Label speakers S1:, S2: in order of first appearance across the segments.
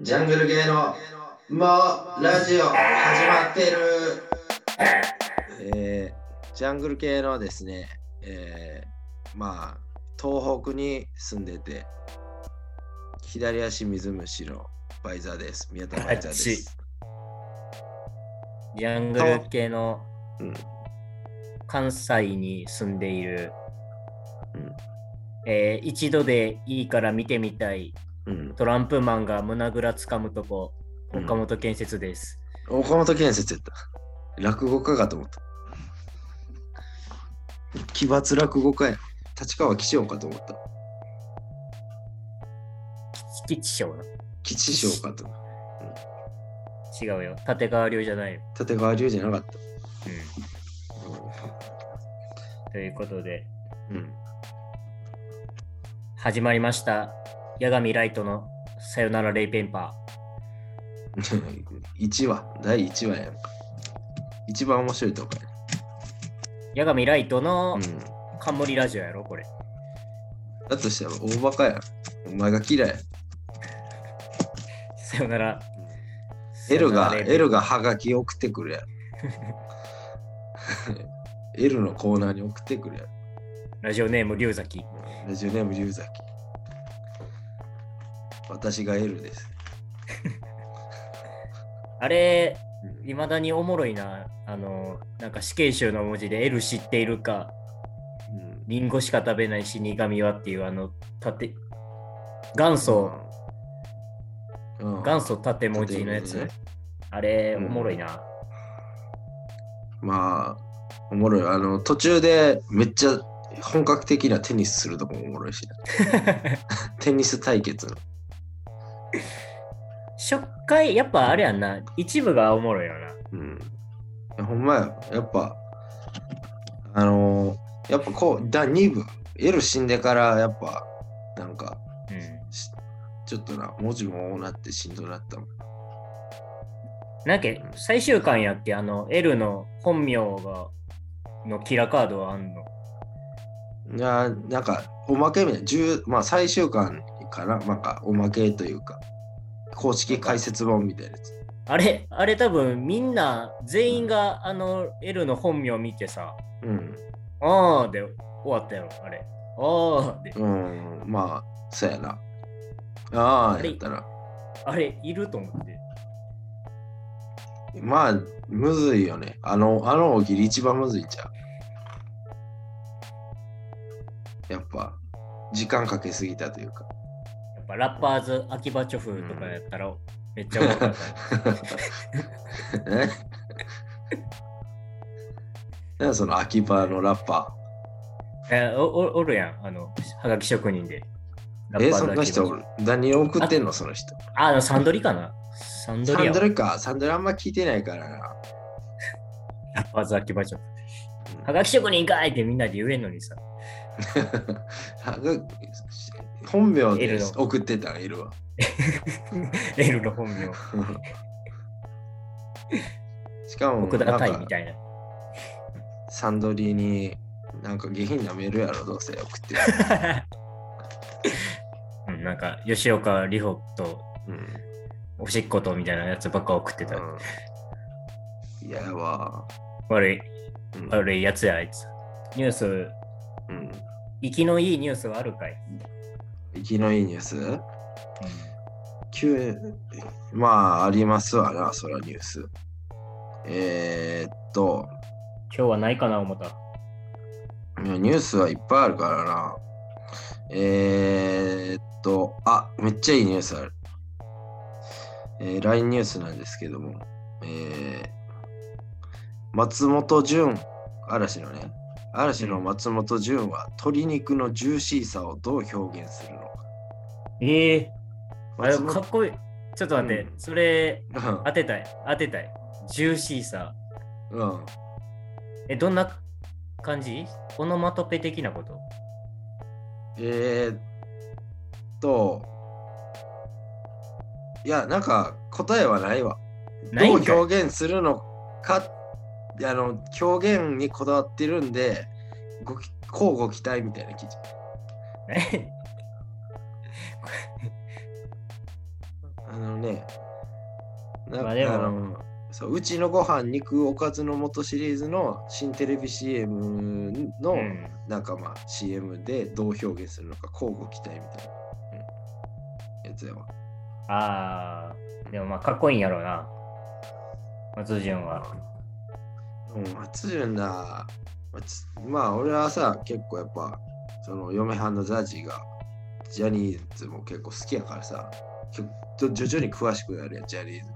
S1: ジャングル系のもうラジオ始まってる、えージャングル系のですね、えーまあ東北に住んでて左足水虫のバイザーです宮田バイザーです
S2: ジャングル系の
S1: うん
S2: 関西に住んでいる、
S1: うん
S2: えー一度でいいから見てみたい
S1: うん、
S2: トランプマンが胸ぐらつかむとこ、
S1: うん
S2: 岡本建設です。
S1: 岡本建設やった落語家かと思った奇抜落語家や立川紀章かと思った
S2: キチショーな。
S1: 吉章かと思った
S2: 違うよ。立川流じゃないよ。
S1: 立川流じゃなかった
S2: うんということで、
S1: うん
S2: 始まりました。八神ライトのさよならレイペンパ
S1: 1話、第1話やんか。一番面白いとこや。
S2: ー。八神ライトの
S1: うん。
S2: 冠ラジオやろ、これ。
S1: だとしたら大バカや。お前が嫌い。
S2: さよなら。
S1: エル
S2: さ
S1: が、
S2: よならレイペン
S1: エルがハガキ送ってく るやろ。エルのコーナーに送ってくるやろ。
S2: ラジオネーム龍崎。
S1: ラジオネーム龍崎。私がエルです。
S2: あれ、
S1: うん
S2: いまだにおもろいな。あの、なんか死刑囚の文字で L 知っているか、
S1: うん
S2: リンゴしか食べない死神はっていう、あの、たて、元祖、
S1: うん。
S2: 元祖縦文字のや
S1: 縦文
S2: つ
S1: 字ね。
S2: あれ、お
S1: うん
S2: もろいな。
S1: まあ、おもろい。あの、途中でめっちゃ本格的なテニスするとこもおもろいしな。 テニス対決の。
S2: 初回、やっぱあれやんな。一部がおもろいよな。
S1: うん。いやほんまや、やっぱ、あのーやっぱこう、第2部、エル死んでから、やっぱ、なんか、
S2: うん。
S1: しちょっとな、文字もなってしんどなったもん。
S2: なんか、最終巻やっけ、あの、L の本名が、のキラカードはあんの。
S1: いやーなんか、おまけみたいな、10まあ、最終巻から、なんか、おまけというか、公式解説本みたいなやつ。
S2: あれ、あれ多分みんな、全員があの L の本名を見てさ、
S1: うん。
S2: あーで終わったよ、あれ。あーで、
S1: うん、まあ、そうやな。あ
S2: あ
S1: あ、
S2: れ
S1: やったら。
S2: あれ、いると思って。
S1: まあ、むずいよね。あの、あの大喜利一番むずいんちゃう。やっぱ、時間かけすぎたというか。
S2: やっぱラッパーズ、秋葉チョフとかやったら、めっちゃ面白かっ た。
S1: ね。なんかその秋葉のラッパ
S2: えおおおるやん、あの、はがき職人
S1: ー。
S2: で。ラ
S1: え
S2: ッ
S1: ー、
S2: パーズ
S1: その人
S2: 秋葉
S1: おる、何を送ってんの、その人。
S2: あ、あのサンドリかなサンド
S1: サ
S2: リや
S1: ンド
S2: わラ
S1: ルか、サンドルあんま聞いてないからな。
S2: ッパーズ、秋葉チョフ。
S1: うん
S2: はがき職人かいってみんなで言えんのにさ。
S1: はが本名
S2: エ
S1: で
S2: ルの
S1: 送ってたらいるわ。
S2: L の本名、
S1: しかも、
S2: 奥
S1: なん
S2: 田
S1: か
S2: 対みたいな。
S1: サンドリーになんか下品なメールやろどうせ送っ てる、
S2: うん、なんか、吉岡里帆と
S1: うん
S2: おしっことみたいなやつばっか送ってた。
S1: うん、いやわ、
S2: 悪い、
S1: うん
S2: 悪いやつや、あいつ。ニュース、
S1: うん、
S2: 生きのいいニュースはあるかい、
S1: 生きのいいニュース急まあありますわなそらニュースえー、っと
S2: 今日はないかな、思った。
S1: いやニュースはいっぱいあるからなえー、っとあめっちゃいいニュースあるえー、LINE ニュースなんですけどもえー、松本潤嵐のね嵐の松本潤は鶏肉のジューシーさをどう表現するのか
S2: ええあれ
S1: 松本
S2: かっこいい。ちょっと待って、
S1: うん
S2: それ、当てたい、当てたい。ジューシーさ。
S1: うん、うん
S2: え、どんな感じオノマトペ的な こと
S1: えー、っと、いや、なんか答えはないわ。
S2: ないんかい
S1: どう表現するのか、あの表現にこだわってるんで、ごきこうご期待みたいな記事。
S2: え
S1: あののね、な
S2: まあで
S1: あの
S2: も、
S1: そううちのご飯肉おかずの素シリーズの新テレビ CM の、
S2: うん、
S1: なんかまあ CM でどう表現するのか交互期待みたいな、うんやつやわ。
S2: ああ、でもまあかっこいいんやろうな。松潤は。
S1: うん、松潤な、まあつまあ俺はさ、結構やっぱ、その嫁はんのザジが、ジャニーズも結構好きやからさ、きょ徐々に詳しくなるやん、ジャニーズ。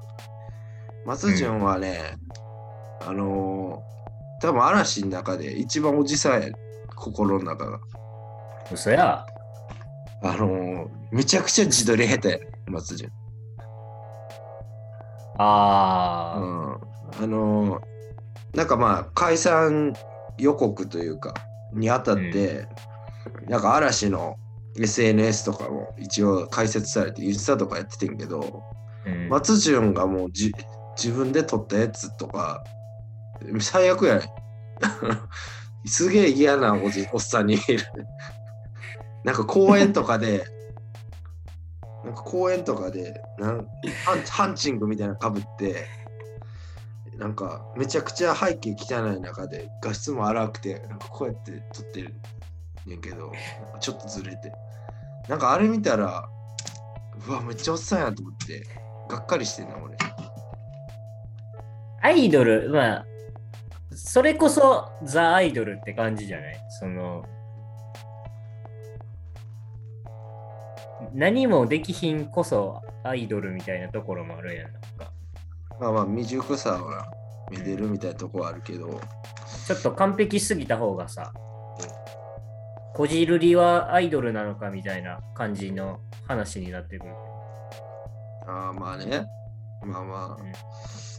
S1: 松潤はね、あのー、多分嵐の中で一番おじさんやね心の中が。
S2: 嘘や。
S1: あのー、めちゃくちゃ自撮り下手やね松潤。
S2: ああ、
S1: うんあのーなんかまあ解散予告というかにあたって、なんか嵐の SNS とかも一応解説されてインスタとかやっててんけど、
S2: うん
S1: 松潤がもうじ自分で撮ったやつとか最悪やねん すげえ嫌なおじおっさんにいるなんか公園とかで なんか公園とかでなんハンハンチングみたいなのかぶってなんかめちゃくちゃ背景汚い中で画質も荒くてなんかこうやって撮ってるねんけどなんかちょっとずれてなんかあれ見たらうわめっちゃおっさんやと思ってがっかりしてんな俺
S2: アイドル、まあ、それこそザ・アイドルって感じじゃないその、何もできひんこそアイドルみたいなところもあるやん。なんか
S1: まあまあ未熟さは見れるみたいなとこはあるけど
S2: ちょっと完璧しすぎた方がさ、こじるりはアイドルなのかみたいな感じの話になってくる。
S1: ああまあねまあま
S2: うん
S1: あ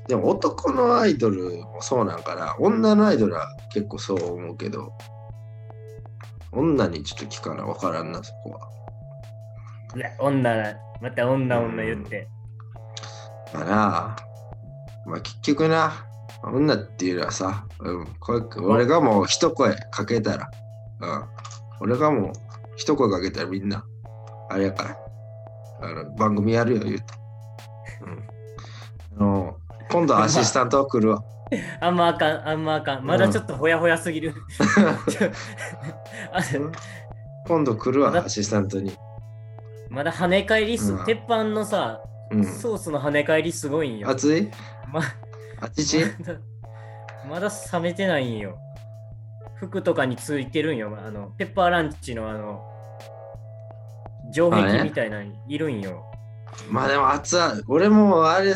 S1: でも男のアイドルもそうなんかな女のアイドルは結構そう思うけど女にちょっと聞かな分からんなそこは
S2: うわ女、また女女言って。
S1: まあなあまあ結局な女っていうのはさ、うん、声俺がもう一声かけたら、うん、俺がもう一声かけたらみんなあれやからあの番組やるよ言うて、うん、あの今度アシスタントは来るわ
S2: あんまあかん、あんまあかん。まだちょっとほやほやすぎる。あ
S1: 今度来る
S2: ま
S1: わ
S2: だ
S1: アシスタントに、
S2: まだ跳ね返りす、
S1: うん
S2: 鉄板のさ、
S1: うん、
S2: ソースの跳ね返りすごいんよ。
S1: 熱い
S2: ま
S1: 熱い
S2: まだ冷めてないんよ。服とかについてるんよ。あの、ペッパーランチのあの、城
S1: あ
S2: 壁
S1: れ
S2: みたいなのいるんよ。
S1: まあでも熱々、俺もあれ、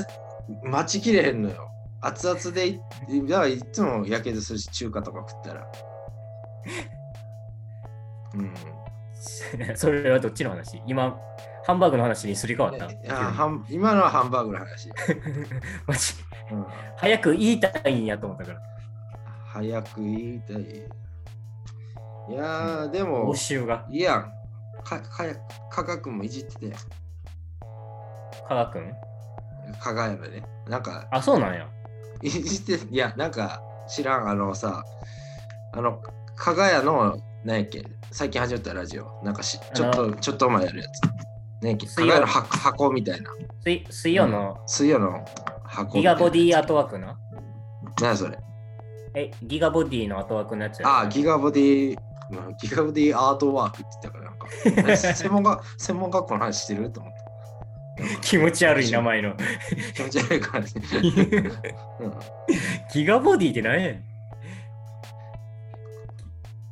S1: 待ちきれへんのよ。熱々でい、だからいつもやけどするし、中華とか食ったら。うん。
S2: それはどっちの話今、ハンバーグの話にすり替わった。
S1: いやハン今のはハンバーグの話。
S2: マジ
S1: うん、
S2: 早く言いたいんやと思ったから。
S1: 早く言いたい。いやー、でも
S2: 募、集が。
S1: いいやん。かか科学もいじってて、
S2: 加賀くん
S1: 加賀山ね。なんか、
S2: あ、そうなんや。
S1: いじって、いや、なんか知らん、あのさ、あの、かがやの、なんやっけ、最近始まったラジオ、なんかし、ちょっ
S2: あ
S1: と、ちょっと前やるやつ。なんやっけ、か
S2: 水曜
S1: がやの箱箱みたいな、
S2: 水水曜の
S1: 水曜の箱
S2: ギ
S1: みたい
S2: ガ
S1: な。
S2: ボディアートワークな。
S1: 何それ
S2: え、ギガボディの後枠のやつやろ
S1: ああ、ギガボディ、うんギガボディアートワークって言ったから、なんか、何専門が、 専門学校の話してると思って。
S2: 気持ち悪い名前の。
S1: 気持ち悪いから ね。うん
S2: ギガボディって何やね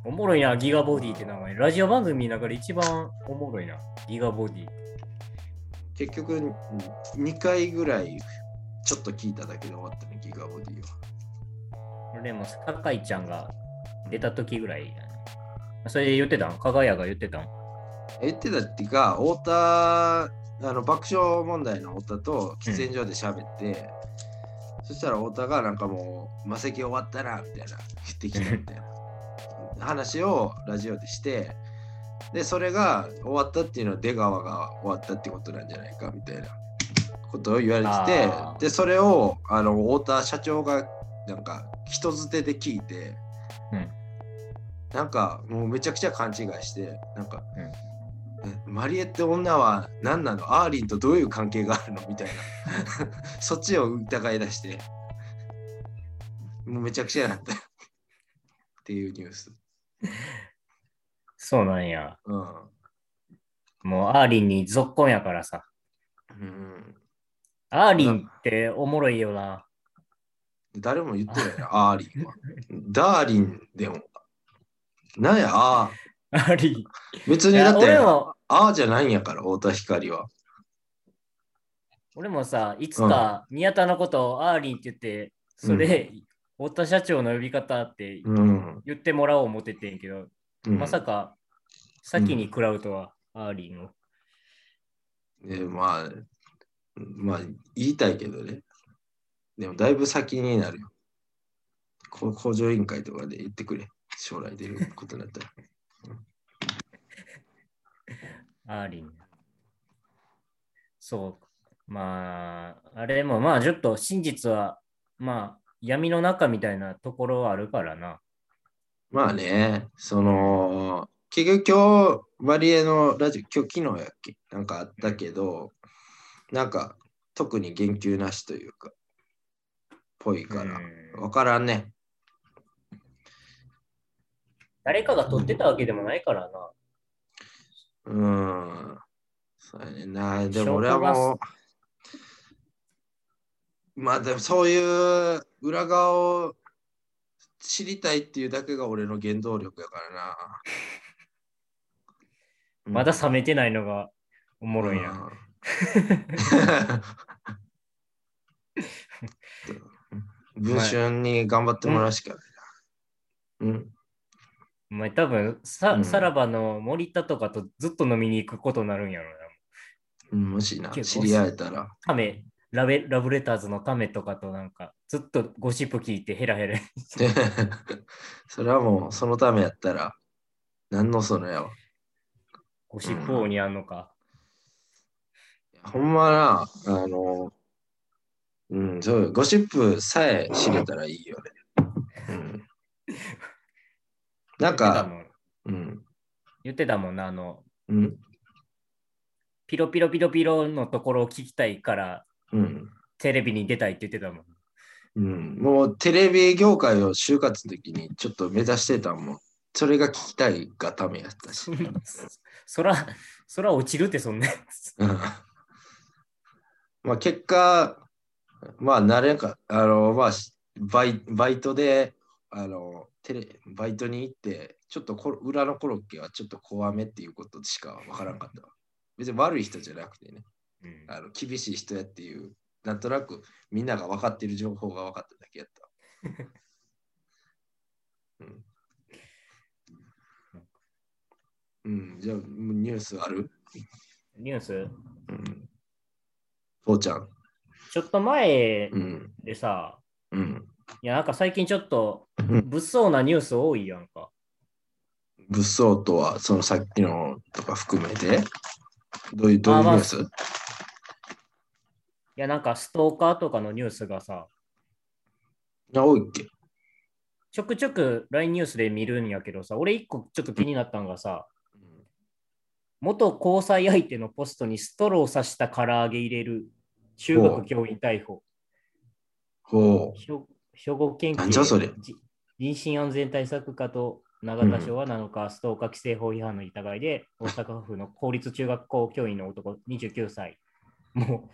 S2: ん。おもろいな、ギガボディって名前。ラジオ番組の中で一番おもろいな、ギガボディ。
S1: 結局、うん2回ぐらい、ちょっと聞いただけで終わったね、ギガボディは。
S2: 俺も、酒井ちゃんが出た時ぐらいやな。それで言ってたん加賀谷が言ってたん
S1: 言ってたっていうか太田あの爆笑問題の太田と喫煙所で喋って、そしたら太田がなんかもう「魔石終わったな」みたいな言ってきたみたいな話をラジオでしてでそれが終わったっていうのは出川が終わったってことなんじゃないかみたいなことを言われてて
S2: あー
S1: でそれをあの太田社長がなんか人づてで聞いて、
S2: うん
S1: なんかもうめちゃくちゃ勘違いしてなんか、
S2: うん
S1: えマリエって女は何なのアーリンとどういう関係があるのみたいな そっちを疑い出してもうめちゃくちゃになったっていうニュース、
S2: そうなんや。
S1: うん
S2: もうアーリンにぞっこんやからさ。
S1: うん、
S2: アーリンっておもろいよな。
S1: 誰も言ってないなアーリンはダーリンでもなんやあ
S2: アーリン。い
S1: ー別にだ
S2: や
S1: って
S2: 俺も、
S1: あーじゃないんやから太田光は
S2: 俺もさ、いつか宮田のことをアーリンって言って、それ、太田社長の呼び方って
S1: うん、
S2: 言ってもらおう思っててんけど、
S1: うん、
S2: まさか先に食らうとは、アーリンを。
S1: えーまあ、まあ、言いたいけどね。でも、だいぶ先になるよ。こう工場委員会とかで言ってくれ。将来出ることになったら。
S2: アーリン。そう。まあ、あれもまあ、ちょっと真実は、まあ、闇の中みたいなところはあるからな。
S1: まあね、その、結局今日、マリエのラジオ、今日昨日やっけなんかあったけど、なんか特に言及なしというか、ぽいから。
S2: うん
S1: わからんね。
S2: 誰かが撮ってたわけでもないからな。
S1: うん。そうやねんな。でも俺は
S2: 証拠
S1: もう、まあでもそういう裏側を知りたいっていうだけが俺の原動力やからな。うん
S2: まだ冷めてないのがおもろいな。
S1: うん文春に頑張ってもらうしかないな。うん。
S2: お前多分さ、
S1: うん
S2: さらばの森田とかとずっと飲みに行くことになるんやろな。
S1: うん、もしな、
S2: 結
S1: 知
S2: 構
S1: り合えたら。
S2: ため、ラベラブレターズのためとかとなんか、ずっとゴシップ聞いてヘラヘラ。
S1: でそれはもうそのためやったら何のそのやわ
S2: ゴシップ王にあんのか。
S1: ほんまなあのうんそうよゴシップさえ知れたらいいよね、うん、なん
S2: 言ってた
S1: か
S2: もん
S1: うん
S2: 言ってたもんな、あの、
S1: うん
S2: ピロピロピロピロのところを聞きたいから、
S1: うん
S2: テレビに出たいって言ってたもん。
S1: うん、もうテレビ業界を就活の時にちょっと目指してたもん。それが聞きたいがためやったし
S2: そ。んな そら、そら落ちるってそんなやつ。
S1: うん まあ結果、まあ慣れんか、あの、まあしバイバイトで、あの、テレバイトに行って、ちょっとコロ裏のコロッケはちょっと怖めっていうことしかわからんかったわ。別に悪い人じゃなくてね、
S2: うん
S1: あの厳しい人やっていう、なんとなくみんなが分かってる情報が分かっただけ やったわ。うん、うん、じゃあもうニュースある
S2: ニュース
S1: うん。父ちゃん。
S2: ちょっと前
S1: うん。
S2: でさ、
S1: うん。
S2: いや、なんか最近ちょっと
S1: うん
S2: 物騒なニュース多いやんか。
S1: 物騒とは、そのさっきのとか含めて、どういう、どういうニュース、
S2: いや、なんかストーカーとかのニュースがさ、
S1: あ、多いっけ
S2: ちょくちょく LINE ニュースで見るんやけどさ、俺一個ちょっと気になったんがさ、元交際相手のポストにストローを刺した唐揚げ入れる中学教員逮捕。
S1: ほ
S2: 兵兵庫県
S1: なんじゃそれ
S2: じ人身安全対策課と永田署は7日、ストーカー規制法違反の疑いで、大阪府の公立中学校教員の男29歳。もう、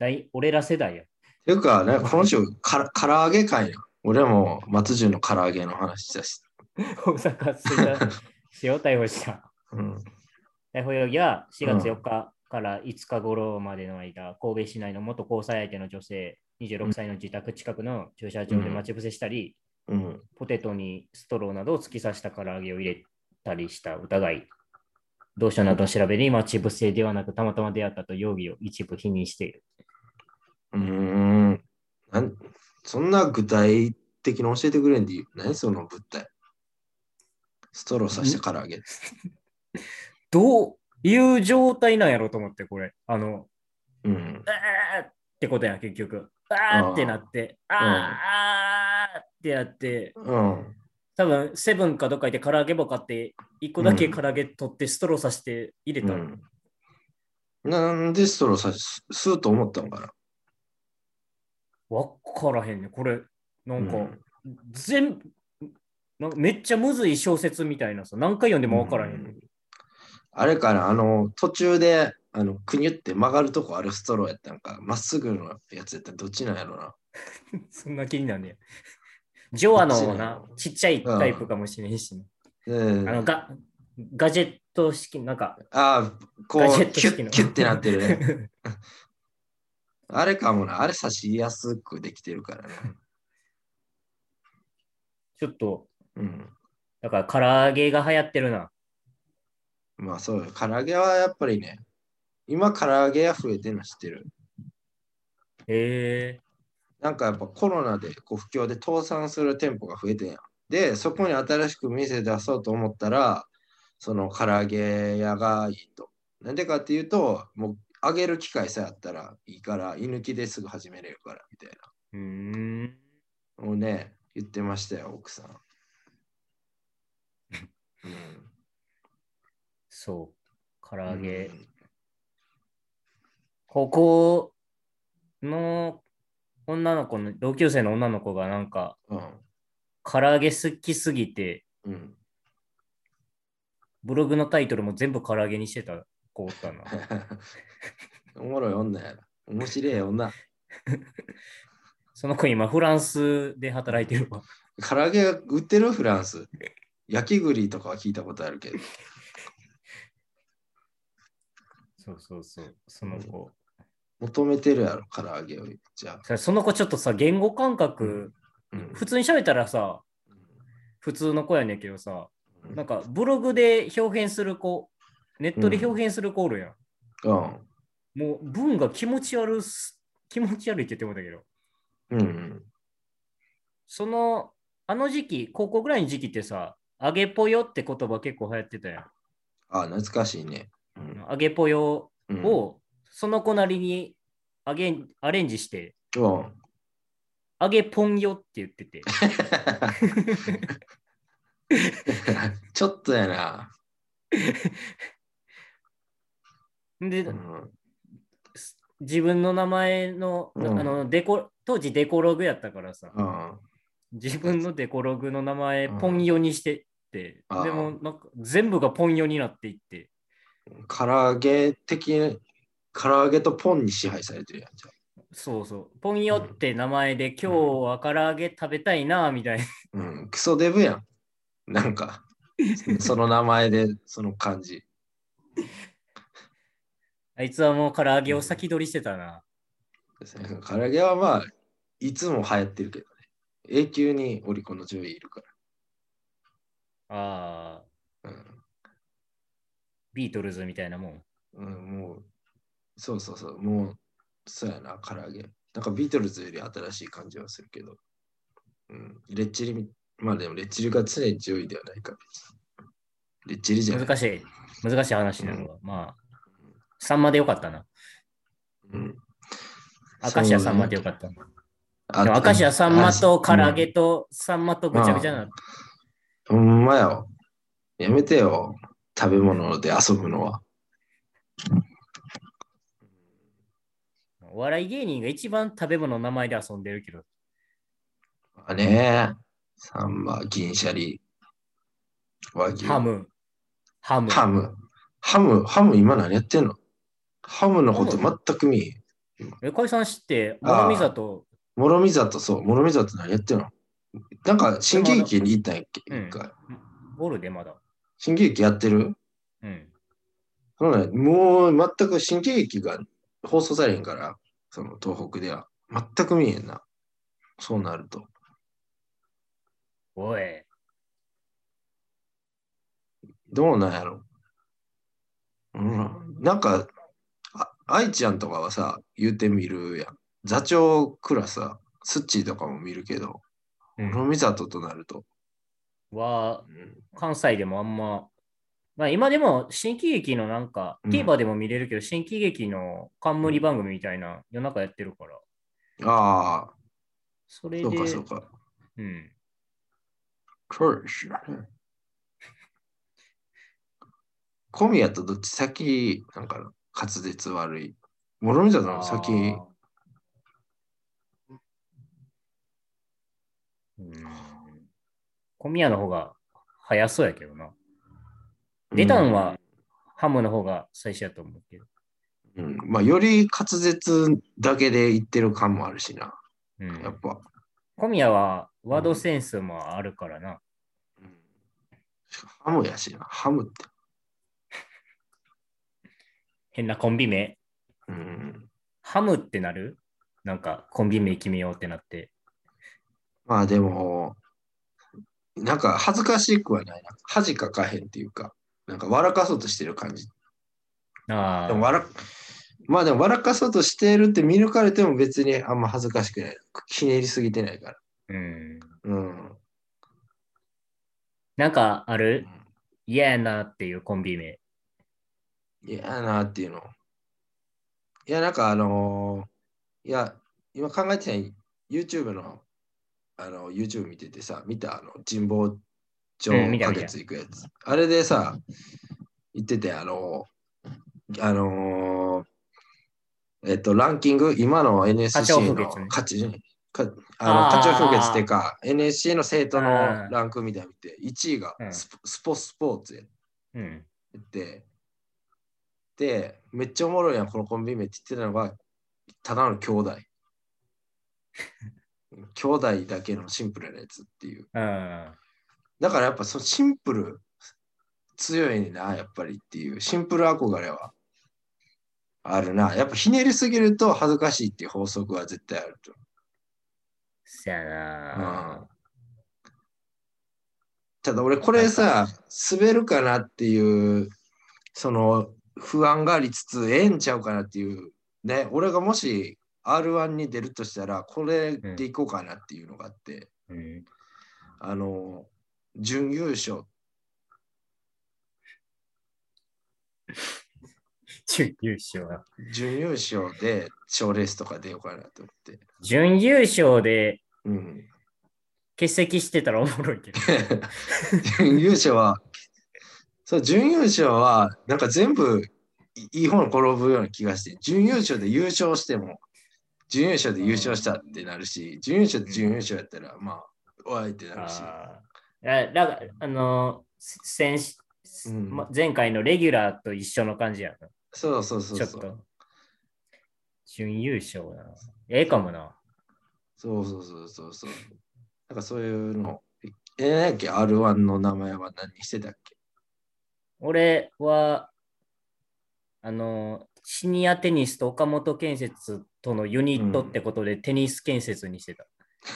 S2: 大俺ら世代や。
S1: う。ていうか、ね、この人、から、唐揚げ会やん。俺も松潤の唐揚げの話したし。
S2: 大阪吹 田市を逮捕した。
S1: うん。
S2: 逮捕容疑は4月4日から5日頃までの間、神戸市内の元交際相手の女性26歳の自宅近くの駐車場で待ち伏せしたり、
S1: うん。
S2: ポテトにストローなどを突き刺した唐揚げを入れたりした疑い。同社などの調べに待ち伏せではなくたまたま出会ったと容疑を一部否認している。
S1: うーん。なんそんな具体的に教えてくれんでいいよ。何その物体。ストローさして唐揚げ。
S2: どういう状態なんやろうと思って、これ。あの、
S1: うん。
S2: あーってことやん、結局。あーってなって、あーあーってなって、
S1: うん。
S2: 多分セブンかどっか行って唐揚げ棒買って、一個だけ唐揚げ取ってストローさして入れたの。
S1: うんなんでストローさす吸うと思ったのかな
S2: わっからへんね。これ、なんか、
S1: うん
S2: 全なんかめっちゃむずい小説みたいなさ、何回読んでもわからへんね、
S1: うあれかなあの、途中で、あの、くにゅって曲がるとこあるストローやったんか、まっすぐのやつやったらどっちなんやろな。
S2: そんな気になんねや。ジョアのな、ちっちゃいタイプかもしれへんしね、
S1: うん
S2: あのガ、ガジェット式、なんか、
S1: あーこ
S2: ガジェッ
S1: う、
S2: ト
S1: キュ
S2: 式の
S1: ッ、キュッてなってるね。あれかもな、あれ差しやすくできてるからね。
S2: ちょっと、
S1: うん。
S2: だから唐揚げが流行ってるな。
S1: まあそうよ、唐揚げはやっぱりね、今唐揚げ屋増えてるの知ってる。
S2: へえ
S1: なんかやっぱコロナでこう不況で倒産する店舗が増えてんやん。で、そこに新しく店出そうと思ったら、その唐揚げ屋がいいと。なんでかっていうと、もう揚げる機会さえあったらいいから、居抜きですぐ始めれるからみたいう
S2: ーん。
S1: な。もうね、言ってましたよ、奥さん。 うん
S2: そう。唐揚げ。
S1: うん
S2: 高校の女の子の、同級生の女の子がなんか、
S1: うん。
S2: 唐揚げ好きすぎて、
S1: うん。
S2: ブログのタイトルも全部唐揚げにしてた子おったな。
S1: おもろい女やな。面白い女。
S2: その子今、フランスで働いてるわ。
S1: 唐揚げ売ってるフランス。焼き栗とかは聞いたことあるけど。
S2: そうそうそう。その子。
S1: 求めてるやろ、唐揚げを。じゃあ。
S2: その子ちょっとさ、言語感覚、
S1: うん
S2: 普通に喋ったらさ、普通の子やねんけどさ、
S1: うん
S2: なんかブログで表現する子、ネットで表現する子おるやん。もう文が気持ち悪す、気持ち悪いって言ってもだけど、
S1: うん。うん。
S2: その、あの時期、高校ぐらいの時期ってさ、揚げぽよって言葉結構流行ってたやん。
S1: ああ、懐かしいね。うん
S2: 揚げぽよ
S1: うん
S2: をその子なりに揚げアレンジして、
S1: うん
S2: 揚げぽんよって言ってて。
S1: ちょっとやな。
S2: で
S1: う、ん
S2: 自分の名前の、
S1: うん
S2: あのデコ当時デコログやったからさ、
S1: うん。
S2: 自分のデコログの名前、
S1: うん
S2: ポンヨにしてって、
S1: あー
S2: でもなんか全部がポンヨになっていって、
S1: 唐揚げ的、唐揚げとポンに支配されてるやん。じゃあ
S2: そうそう、ポンヨって名前で、今日は唐揚げ食べたいな、みたいな。
S1: うん。クソデブやん。なん か、その名前で、その感じ。
S2: あいつはもう唐揚げを先取りしてたな。
S1: ですね唐揚げはまあ、いつも流行ってるけどね。永久にオリコンの上位いるか
S2: ああ、
S1: ら。
S2: ビートルズみたいなもん。
S1: うん。うん、もう、そうそうそう、もう、そうやな、唐揚げ。なんかビートルズより新しい感じはするけど。うん。レッチリみ、まあでもレッチリが常に上位ではないか。レッチリじゃない。
S2: 難しい、難しい話なのが、まあ、サンマでよかったな。
S1: うん。
S2: アカシアサンマでよかったな。でも
S1: あ
S2: アカシアサンマと唐揚げとサンマとぐちゃぐちゃな。
S1: ほんまよ。やめてよ。食べ物で遊ぶのは。
S2: お笑い芸人が一番食べ物の名前で遊んでるけど、
S1: まあね、サンマ、銀シャリ、和牛。
S2: ハ。ム。ハム。
S1: ハム。ハム、ハム今何やってんのハムのこと
S2: ハ
S1: 全く見えん。
S2: え、かいさん知って、
S1: あー
S2: 諸見里、
S1: 諸見里、そう、諸見里何やってんのなんか、新喜劇に行ったんやっけ
S2: うん
S1: 一回。
S2: おるでまだ。
S1: 新喜劇やってる
S2: うん。
S1: そうなんやもう全く新喜劇が放送されへんから、その東北では。全く見えんな。そうなると。
S2: おい。
S1: どうなんやろうん、なんか、あ愛ちゃんとかはさ、言うてみるやん。座長クラスさ、スッチーとかも見るけど、
S2: う
S1: 諸
S2: ん、
S1: 見里となると、
S2: は、
S1: うん
S2: 関西でもあんま、まあ今でも新喜劇のなんか、
S1: うん
S2: TVer でも見れるけど、新喜劇の冠番組みたいな夜中やってるから、
S1: ああ、
S2: それで、
S1: そうかそうか。
S2: うん。
S1: クシュ。小宮とどっち先なんかな滑舌悪い。諸見里の
S2: あ
S1: 先
S2: ーうん小宮の方が早そうやけどな。出たんはハムの方が最初やと思うけど。
S1: うん、うんまあより滑舌だけで言ってる感もあるしな。
S2: う
S1: や
S2: ん
S1: っ、ぱ。
S2: 小宮はワードセンスもあるからな。
S1: うんハムやしな。ハムって。
S2: 変なコンビ名。
S1: うん、
S2: ハムってなるなんかコンビ名決めようってなって。
S1: まあでも、なんか恥ずかしくはないな。恥かかへんっていうか、なんか笑かそうとしてる感じ。
S2: あ
S1: でも
S2: あ、
S1: 笑まあでも笑かそうとしてるって見抜かれても別にあんま恥ずかしくない。ひねりすぎてないから。
S2: うん。
S1: うん。
S2: なんかある嫌やなっていうコンビ名。
S1: いやなっていうの。いや、なんかあのーいや、今考えてない YouTube の、あの、YouTube 見ててさ、見たあの、神保町
S2: うん見た
S1: 花月行くやつ。あれでさ、言ってて、あのーあのーえっと、ランキング、今の NSC の
S2: 花鳥風月ね
S1: 勝ち、か
S2: あ
S1: あ
S2: ー
S1: の、課長表月っていうか、NSC の生徒の
S2: うん
S1: ランクみたいなの見て、1位が
S2: うん
S1: スポ,、スポスポーツやっ
S2: うん。
S1: で、で、めっちゃおもろいやん、このコンビ名って言ってたのが、ただの兄弟。 兄弟だけのシンプルなやつっていう。
S2: うん。
S1: だからやっぱそのシンプル強いな、やっぱりっていう。シンプル憧れはあるな。やっぱひねりすぎると恥ずかしいっていう法則は絶対あると。
S2: そやな。
S1: ただ俺これさ、滑るかなっていう、その不安がありつつ、ええんちゃうかなっていう、ね、俺がもし R1 に出るとしたら、これでいこうかなっていうのがあって、
S2: うん。
S1: あの、準優勝。
S2: 準優勝な。
S1: 準優勝で賞レースとか出ようかなと思って。
S2: 準優勝で
S1: うん。
S2: 欠席してたらおもろいけど。
S1: 準優勝は、そう、準優勝は、なんか全部いいい方に転ぶような気がして、準優勝で優勝しても、準優勝で優勝したってなるし、準優勝で準優勝やったら、まあ、おいってなるし。
S2: ああ。だから、あのー、先し、
S1: うん
S2: ま前回のレギュラーと一緒の感じやな。
S1: そうそうそう
S2: ちょっ
S1: そ
S2: と
S1: う。。
S2: 準優勝な。ええかもな。
S1: そうそうそうそうそう。なんかそういうの。えー、なんやっけ ?R1 の名前は何にしてたっけ
S2: 俺は、あの、シニアテニスと岡本建設とのユニットってことで、テニス建設にしてた。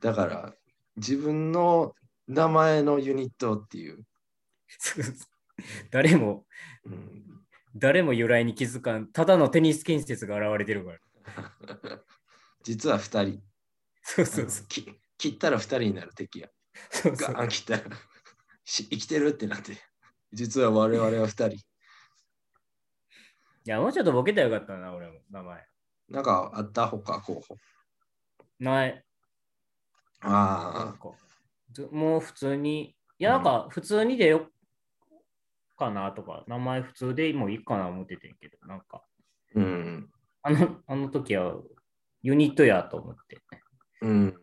S1: だから、自分の名前のユニットっていう。
S2: 誰も、
S1: うん
S2: 誰も由来に気づかん、ただのテニス建設が現れてるから。
S1: 実は2人。
S2: そうそうそう。
S1: き切ったら2人になる敵や。
S2: そうそう
S1: ガーン切ったらし生きてるってなって。実は我々は2人。
S2: いや、もうちょっとボケたらよかったな、俺も、名前。
S1: なんかあったほか候補。
S2: ない。なん
S1: あ
S2: かずもう普通に、いや、なんか普通にでよかなとか、名前普通でもいいかな思っててんけど、なんか、
S1: あ、うん。
S2: あの、あの時はユニットやと思って。
S1: うん。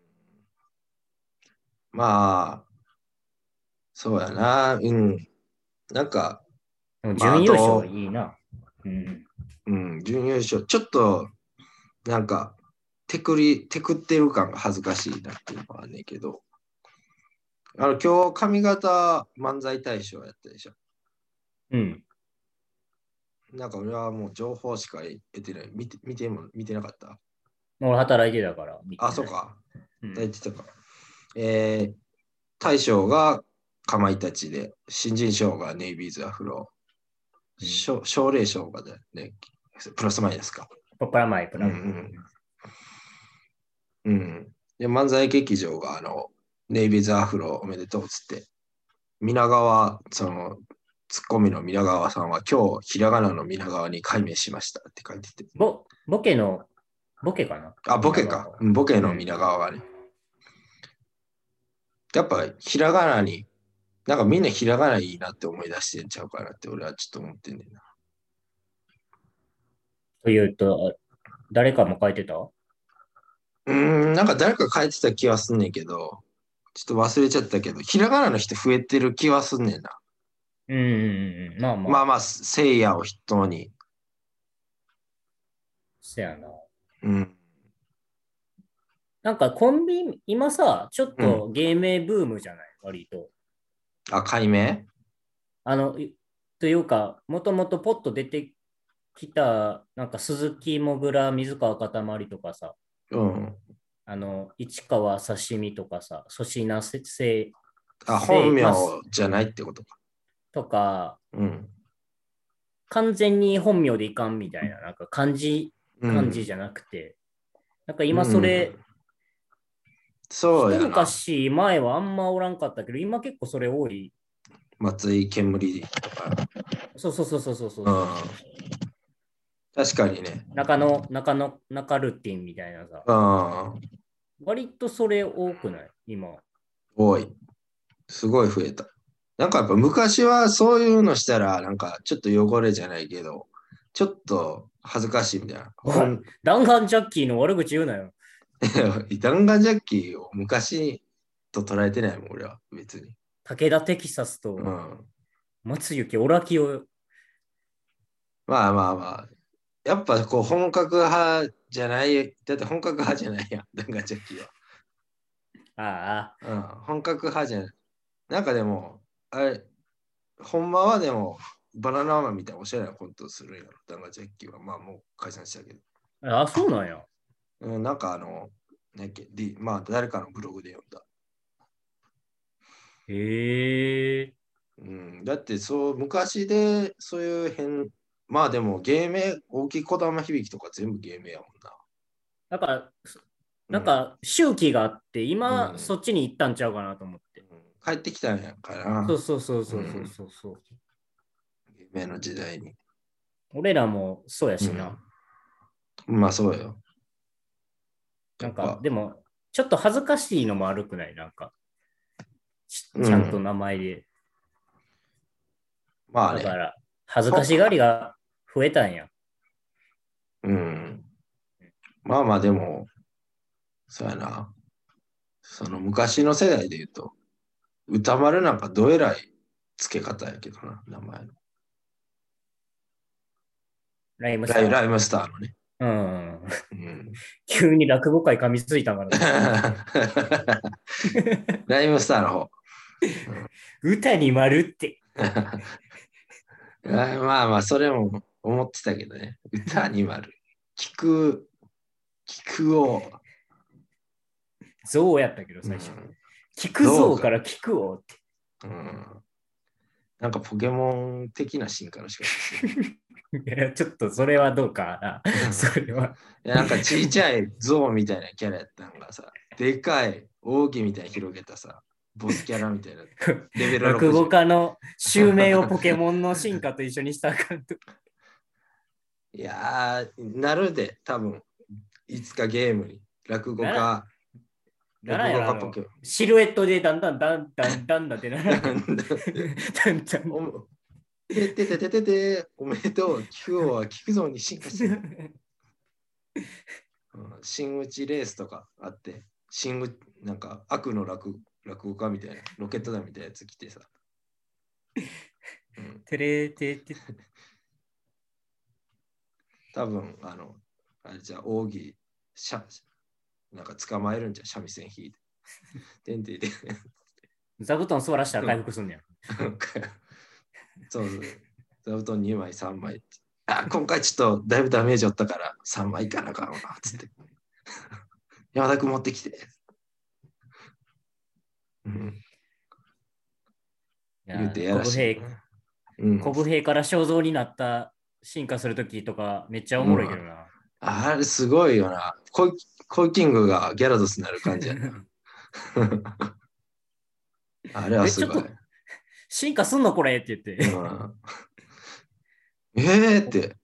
S1: まあ、そうやな。うん。なんか、
S2: でも
S1: まあ
S2: 準優勝
S1: あ
S2: は
S1: と
S2: いいな。うん。
S1: うん、準優勝。ちょっと、なんか、テクリ、テクってる感が恥ずかしいなっていうのはあんねんけど。あの、今日、髪型漫才大賞やったでしょ。
S2: うん。
S1: なんか俺はもう情報しか得てない。見て見ても見てなかった。
S2: 俺働いてたから。見てない
S1: あ、そう。か。
S2: うん
S1: 大地とか。えー、大将がかまいたちで、新人賞がネイビーズアフロ、
S2: うん
S1: 奨奨励賞がだね、プラスマイナスか。
S2: プラマイ、プラマ
S1: う
S2: イ。
S1: んうんうん。で、漫才劇場が、あの、ネイビーズアフロおめでとうっつって、皆川、その、ツッコミの皆川さんは今日、ひらがなの皆川に改名しましたって書いてて。
S2: ボボケの、ボケかな
S1: あ、ボケか。うんボケの皆川がね。やっぱひらがなに、なんかみんなひらがないいなって思い出してんちゃうかなって俺はちょっと思ってんねんな。
S2: というと、誰かも書いてた
S1: うーん、なんか誰か書いてた気はすんねんけど、ちょっと忘れちゃったけど、ひらがなの人増えてる気はすんねんな。
S2: うんうんうんうん。まあまあ。
S1: まあまあ、せいやを筆頭に。
S2: せやな。
S1: うん。
S2: なんかコンビ、今さ、ちょっと芸名ブームじゃない、割と。
S1: あ、解明
S2: あの、いというか、もともとポッと出てきた、なんか鈴木もぐら、水川かたまりとかさ、
S1: うん。
S2: あの、市川刺身とかさ、粗品せせ
S1: あ、
S2: せい
S1: 本名
S2: まあ
S1: じゃないってことか。
S2: とか、
S1: うん。
S2: 完全に本名でいかんみたいな、なんか漢字、
S1: うん
S2: 漢字じゃなくて、なんか今それ、
S1: うんそう
S2: 一
S1: やな。
S2: 昔前はあんまおらんかったけど、今結構それ多い。
S1: 松井煙とか。
S2: そうそうそうそうそうそうう。
S1: ん。確かにね。
S2: 中野、中野、中ルッティンみたいなさ。
S1: うん。
S2: 割とそれ多くない今。
S1: 多い。すごい増えた。なんかやっぱ昔はそういうのしたら、なんかちょっと汚れじゃないけど、ちょっと恥ずかしいみたいな。ほん
S2: 弾丸ジャッキーの悪口言うなよ。
S1: 弾丸ジャッキーを昔と捉えてないもん、俺は別に。
S2: 武田テキサスと
S1: うん。
S2: 松雪オラキオ。
S1: まあまあまあ。やっぱこう本格派じゃない、だって本格派じゃないやん、弾丸ジャッキーは。
S2: ああ、
S1: うん、本格派じゃない。なんかでも、あれ、ほんまはでも、バナナマンみたいなおしゃれなコントをするんやろ、ダンガジャッキーは。まあもう解散したけど。
S2: ああそうなんや。
S1: うん、なんかあの、なんやっけ、D、まあ誰かのブログで読んだ。
S2: へえ。
S1: うん、だってそう、昔でそういう変、まあでも芸名、大きい小玉響きとか全部芸名やもんな。
S2: だから、
S1: う
S2: なん、か周期があって、今、
S1: うん
S2: そっちに行ったんちゃうかなと思っ
S1: う
S2: て。
S1: ん帰ってきたんやから
S2: そう、そうそうそうそうそうそう。
S1: 芸名の時代に。
S2: 俺らもそうやしな。
S1: うん、まあそうよ。
S2: なん
S1: やっ
S2: か
S1: ぱ、
S2: でも、ちょっと恥ずかしいのも悪くないなんか、ち
S1: うん
S2: ちゃんと名前で。
S1: まあ
S2: だ
S1: ね。
S2: から、恥ずかしがりが増えたんや。
S1: うん。まあまあでも、そうやな。その昔の世代で言うと、歌丸なんかどえらい付け方やけどな、名前の。
S2: ライムさ
S1: ライ
S2: ん。
S1: ライムスターのね。
S2: うん。
S1: うん、
S2: 急に落語界噛みついたから、
S1: ライムスターの方。
S2: 歌に丸って。
S1: あまあまあ、それも思ってたけどね。歌に丸。聞く、聞くを。
S2: 象やったけど、最初。
S1: うん
S2: 聞く
S1: 象
S2: ぞ
S1: か
S2: から聞くをって。
S1: うんなんかポケモン的な進化の仕方ですね。
S2: いやちょっとそれはどうかな。それは。
S1: いやなんかちいちゃいゾウみたいなキャラやったのがさ、でかい扇みたいに広げたさ、ボスキャラみたいな。レベル
S2: 落語
S1: 60。
S2: 家の襲名をポケモンの進化と一緒にしたらあかんと。
S1: いやー、なるで、多分いつかゲームに。落語家、
S2: なら
S1: 落語
S2: やろあ
S1: 家
S2: の
S1: ポケモ
S2: シルエットでだんだんだんだんだんだんってならん。
S1: ン。
S2: だんだん
S1: おもてててててて、おめでとう、聞くは聞くぞに進化してる。うん新内レースとかあって、新内、なんか悪の落落語家みたいな、ロケット団みたいなやつ来てさ。うん
S2: てれーてーてー
S1: 多分あの、あれじゃあ、扇、しゃ、なんか捕まえるんじゃん、三味線弾い て。でんてんてん
S2: 座布団座らしたら回復すんねや。
S1: そうそう。座布団2枚、3枚って。あ、今回ちょっとだいぶダメージ負ったから、3枚いかなあかんわ、つって。山田君持ってきて。うん、
S2: いや
S1: 言うてやらしい。うん、
S2: 小兵から肖像になった進化するときとかめっちゃおもろいけどな。
S1: あれすごいよな。コイコイキングがギャラドスになる感じ やな。あれはすご
S2: え
S1: い
S2: ちょ。進化すんのこれって 言って。
S1: うん、えーって、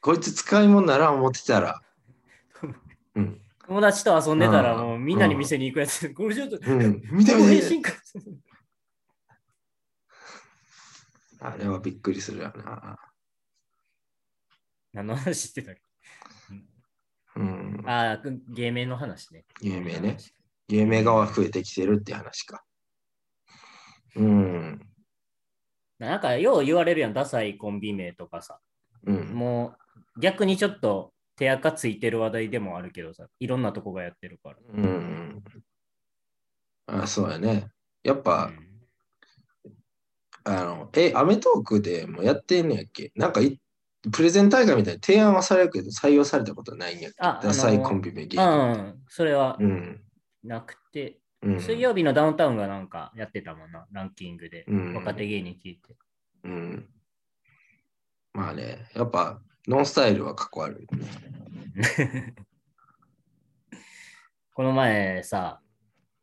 S1: こいつ使い物なら思ってたら、うん、
S2: 友達と遊んでたら、
S1: うん
S2: もうみんなに店に行くやつ。これちょっと、
S1: うん、見て
S2: これ
S1: 見
S2: 変
S1: て
S2: 身か。
S1: あれはびっくりするよな。
S2: 何の話してたっけ
S1: うん。
S2: ああ、芸名の話ね。
S1: 有名ね。有名が増えてきてるって話か。うん。
S2: なんか、よう言われるやん、ダサいコンビ名とかさ。
S1: うん。
S2: もう、逆にちょっと手垢ついてる話題でもあるけどさ、いろんなとこがやってるから。
S1: うん。あ、そうやね。やっぱ、
S2: うん
S1: あの、え、アメトークでもやってんのやっけなんかい、プレゼン大会みたいに提案はされるけど、採用されたことないんやっけ
S2: あ
S1: ダサい
S2: あの
S1: コンビ名芸
S2: う
S1: 人。
S2: ん、それは
S1: うん。
S2: なくて、
S1: うん。
S2: 水曜日のダウンタウンがなんかやってたもんな、ランキングで。
S1: うん
S2: 若手芸人聞いて。
S1: うん。まあね、やっぱ、ノンスタイルはかっこ悪い、ね。
S2: この前さ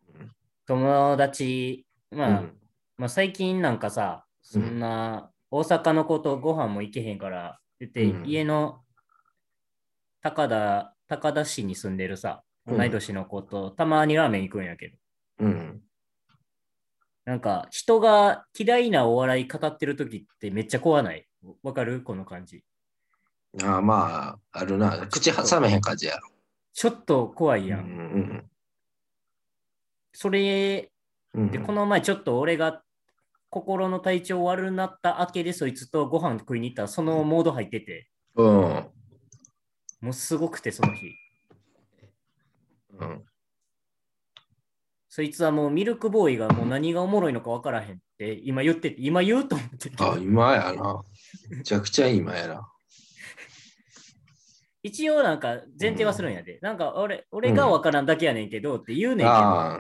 S1: うん、友
S2: 友達、まあ、
S1: うん
S2: まあ最近なんかさ、そんな大阪の子とご飯も行けへんから出て、
S1: うん
S2: 家の高田、高田市に住んでるさ、
S1: うん
S2: 同い年の子とたまにラーメン行くんやけど、
S1: うん。
S2: なんか人が嫌いなお笑い語ってる時ってめっちゃ怖ない。わかるこの感じ。
S1: ああまあ、あるな。口挟めへん感じやろ。
S2: ちょっと怖いやん。
S1: うん
S2: それ
S1: うんうん。
S2: で、この前ちょっと俺が心の体調悪なった明けでそいつとご飯食いに行ったらそのモード入ってて、
S1: うん。
S2: もうすごくてその日。
S1: うん。
S2: そいつはもうミルクボーイがもう何がおもろいのか分からへんって今言ってて、今言うと思ってて
S1: あ、今やな。めちゃくちゃ今やな。
S2: 一応なんか前提はするんやで。なんか俺俺が分からんだけやねんけどって言うねんけど、あ
S1: ああ、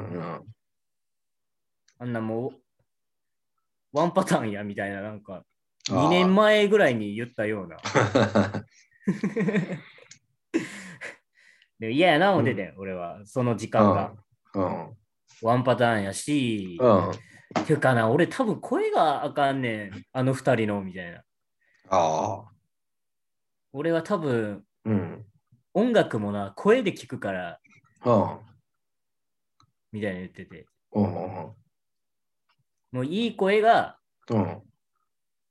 S1: うん。
S2: んなもうワンパターンやみたいななんか
S1: あ
S2: 2 年前ぐらいに言ったような。
S1: あ
S2: で嫌やな思ってて、俺はその時間が
S1: うん。
S2: ワンパターンやし、
S1: うん。
S2: ていうかな、俺多分声があかんねん、あの二人の、みたいな。
S1: ああ。
S2: 俺は多分、
S1: うん。
S2: 音楽もな、声で聞くから、
S1: うん。
S2: みたいな言ってて。
S1: うん。
S2: もういい声が、
S1: うん。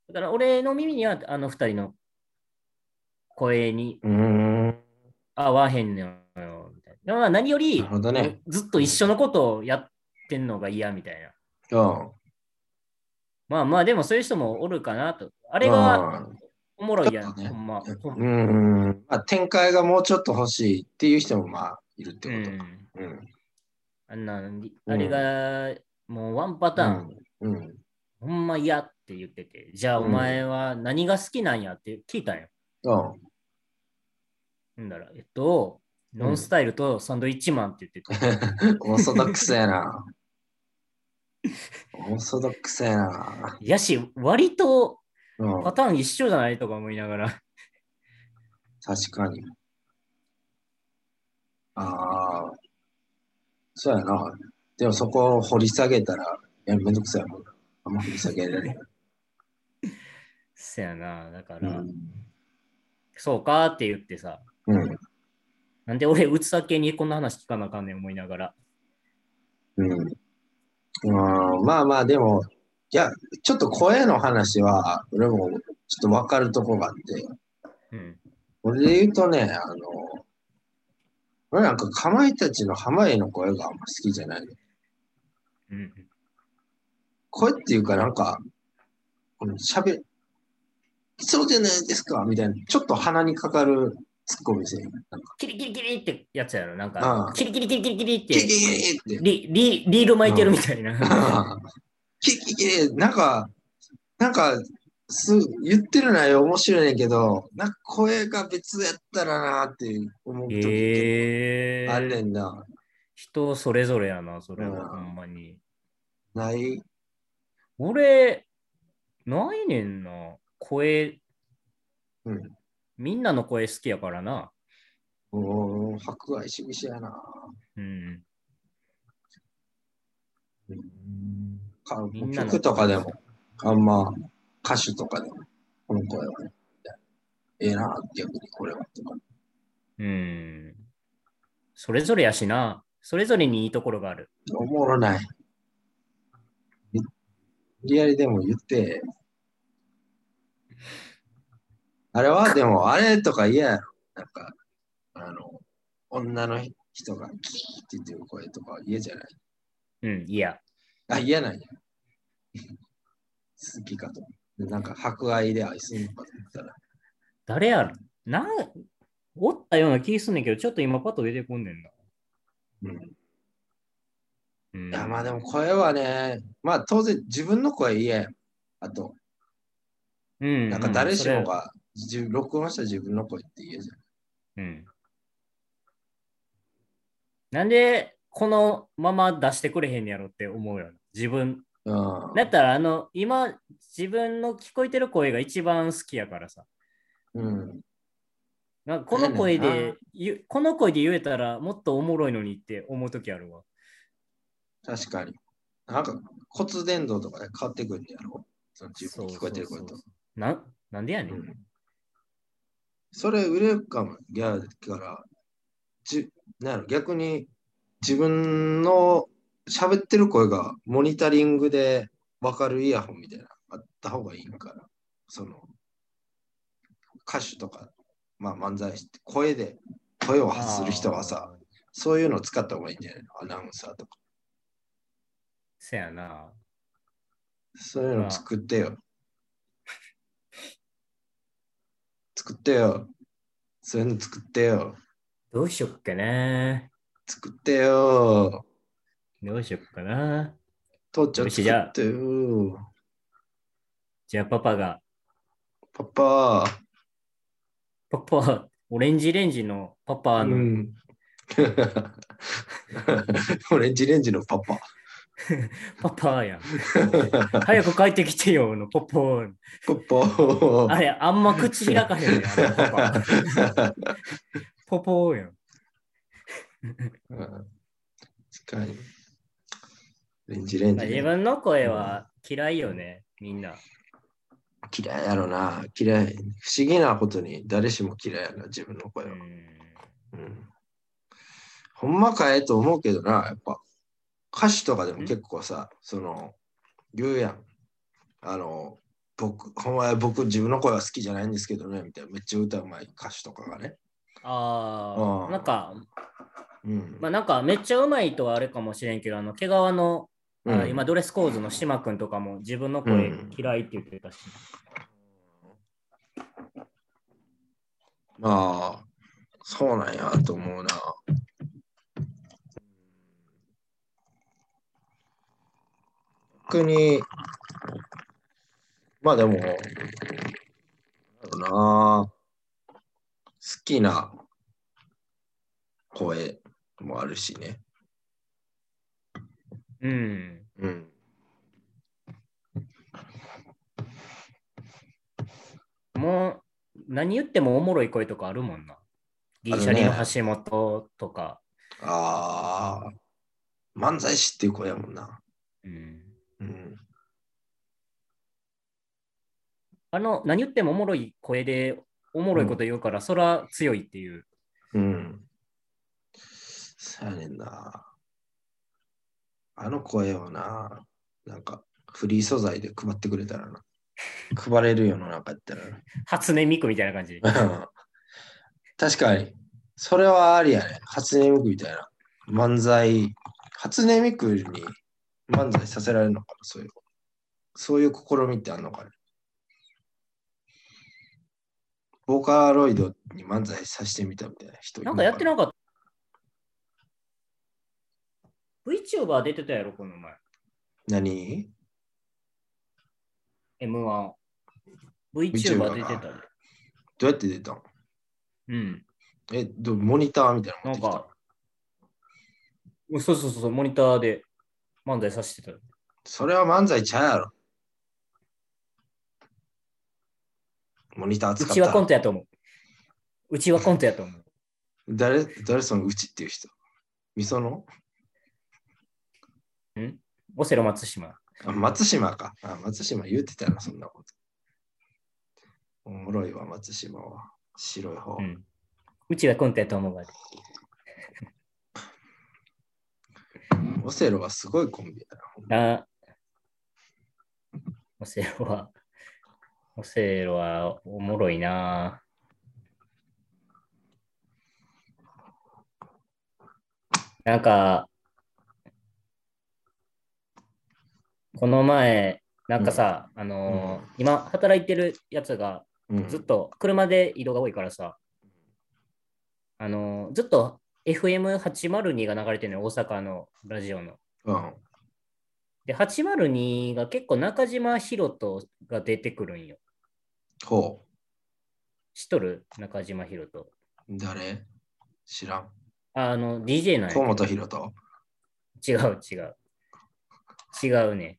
S2: だから俺の耳にはあの二人の声に
S1: うん。
S2: 合わへんのよ、みたいな。でもまあ何よ
S1: な
S2: り
S1: る、ほどね。
S2: ずっと一緒のことをやってんのが嫌みたいな。
S1: うん。
S2: まあまあ、でもそういう人もおるかなと。あれがおもろいやん、
S1: ちょっとね
S2: ほんま。ほん
S1: うん。うんまあ、展開がもうちょっと欲しいっていう人もまあ、いるって
S2: う
S1: こと
S2: ん
S1: か。うん。
S2: あんな、あれが、もうワンパターン。
S1: うん。うん。
S2: ほんま嫌って言ってて、じゃあ
S1: うん
S2: お前は何が好きなんやって聞いたんよ。
S1: うん。
S2: ほんだら、えっと、
S1: ん
S2: ノンスタイルとサンドイッチマンって言ってた。
S1: オーソドックスや な。オーソドックスやな。
S2: いやし、割と
S1: うん、
S2: パ
S1: 確
S2: ターン一緒じゃないとか思いながら。
S1: かに。ああ。そうやな。でもそこを掘り下げたら、いやめんどくさいもん。あんま掘り下げられない。
S2: そやな、だか
S1: う
S2: ら、
S1: ん。
S2: そうかって言ってさ、
S1: うん。
S2: なんで俺、うつさけにこんな話聞かなあかんねん思いながら。
S1: うん。うん、まあまあ、でも、いや、ちょっと声の話は、俺もちょっとわかるとこがあって。
S2: うん。
S1: 俺で言うとね、あの、俺なんかかまいたちの濱家の声があんま好きじゃない。
S2: うん。
S1: 声っていうかなんか、この喋、そうじゃないですかみたいな、ちょっと鼻にかかるツッコミせん。なんか、
S2: キリキリキリってやつやろ、なん
S1: う
S2: か
S1: ん、
S2: キリキリキリキリキリっ
S1: キリキリ
S2: て、
S1: って。
S2: リリリール巻いてるみたいな。
S1: キリキリ、なんか、なんか、す言ってる内容面白いねんけど、なんか声が別やったらなって思う時って
S2: ええ
S1: あんねんな。
S2: 人それぞれやな、それ
S1: うん
S2: は、ほんまに。
S1: ない
S2: 俺、ないねんな。声、
S1: うん。
S2: みんなの声好きやからな。
S1: おー博愛しみしやな。
S2: うん。
S1: か
S2: みんなの
S1: 曲とかでも、あんま歌手とかでも、この声は、ね、ええな、逆にこれはとか。
S2: うん。それぞれやしな。それぞれにいいところがある。
S1: おもろない。無理やりでも言って。あれは、でも、あれとか嫌やろ。なんか、あの、女の人がキーって言ってる声とか嫌じゃない。
S2: うん、いや。
S1: あ、嫌なんや。好きかと。でなんか、博愛で愛するのかと思ったら。
S2: 誰やろなん、おったような気すんねんけど、ちょっと今パッと出てこんねんな。
S1: うん
S2: うん、
S1: いやまあでも声はね、まあ当然自分の声言えん。あと、
S2: うん、
S1: なんか誰しも
S2: うんそれ
S1: が、自分録音した自分の声って言えじ
S2: うん。なんでこのまま出してくれへんやろって思うよな。自分。
S1: ゃん。うん。
S2: だったら、あの、今、自分の聞こえてる声が一番好きやからさ。
S1: うん、
S2: なんかこの声
S1: そうやねん
S2: で、ゆこの声で言えたらもっとおもろいのにって思うときあるわ。
S1: 確かに。なんか骨伝導とかで変わってくるんやろその自分の聞こえてる声
S2: そ
S1: と
S2: うそう。そうなんなんでやね。
S1: うんんそれ売れるかも、ギャラから。じなんやろ逆に自分の喋ってる声がモニタリングで分かるイヤホンみたいなのあった方がいいんから。その歌手とか、まあ、漫才師って声で声を発する人はさ、
S2: あー。
S1: そういうのを使った方がいいんじゃないのアナウンサーとか。
S2: せやな。
S1: そういうの作ってよ。作ってよ。そういうの作ってよ。
S2: どうしよっかね。
S1: 作ってよ。
S2: どうしよっかな。
S1: 父ちゃん
S2: よ
S1: 作
S2: しじゃあ
S1: ってよ。
S2: じゃあパパが、
S1: パパ。
S2: パパ、オレンジレンジのパパ
S1: う
S2: の、
S1: ん。 オレンジレンジのパパ。
S2: パパやん。早く帰ってきてよのパパ。
S1: パパ。
S2: あれ、あんま口開かへんねん、あのパパ。パパやん。
S1: うん確かに。レンジレン
S2: まあ
S1: ジ。
S2: 自分の声は嫌いよね、みんな。
S1: 嫌いやろな。嫌い。不思議なことに誰しも嫌いやな、自分の声
S2: う
S1: は。う
S2: ん
S1: んほんまかえと思うけどな、やっぱ歌詞とかでも結構さ、その言うやん。あの、僕、ほんまは僕自分の声は好きじゃないんですけどね、みたいな。めっちゃ歌うまい歌詞とかがね。
S2: あ
S1: う
S2: あ、
S1: ん
S2: なんか、
S1: うん。
S2: まあなんかめっちゃうまいとはあれかもしれんけど、あの、毛皮の、あ
S1: うん
S2: 今ドレスコーズの島君とかも自分の声嫌いって言ってたし。
S1: まあ、そうなんやと思うな。逆に、まあでも、なんだろうな。好きな声もあるしね。
S2: うん。
S1: うん。
S2: もう何言ってもおもろい声とかあるもんな。ギリシャリの橋本とか。
S1: ああ、漫才師っていう声やもんな。
S2: うん
S1: うん。
S2: あの何言ってもおもろい声でおもろいこと言うから、そら強いっていう。
S1: うん。そうやねんな。あの声をな、なんかフリー素材で配ってくれたらな。配れる世の中やった
S2: 初音ミクみたいな感じ。
S1: らな。 確かに。それはありやね。初音ミクみたいな。漫才。初音ミクに漫才させられるのかな、そういう。そういう試みってあんのかね。ボーカロイドに漫才させてみたみたいな人いる
S2: なん
S1: の
S2: かやってなかった。VTuber 出てたやろ、この前。
S1: 何
S2: M1。VTuber 出てた
S1: VTuber
S2: で。
S1: どうやって出たん
S2: うん。
S1: えど、モニターみたいな
S2: な
S1: の持
S2: ん
S1: ってきた
S2: か、そうそうそうそう、モニターで漫才させてた。
S1: それは漫才ちゃうやろ。モニター
S2: う
S1: 使っ
S2: ちはコ
S1: た
S2: ン
S1: ら。
S2: トやと思う。うちはコントやと思う。
S1: 誰、誰そのうちっていう人みその
S2: オセロ松島。
S1: あ松島かあ。松島言ってたな、そんなこと。おもろいわ、松島は。白い方。
S2: うん。うちはコントやと思うわ。
S1: オセロはすごいコンビだな。
S2: あオセロは、オセロはおもろいななんか、この前、なんかさ、あのー今働いてるやつが
S1: うん
S2: ずっと車で移動が多いからさ、あのーずっと FM802 が流れてるのよ、大阪のラジオの。
S1: うん。
S2: で、802が結構中島ひろとが出てくるんよ。
S1: ほ
S2: 知っとる中島ひろと。
S1: う。誰知らん。
S2: ああの、DJ なんやけど
S1: 河本ロと。
S2: 違う違う。違うね。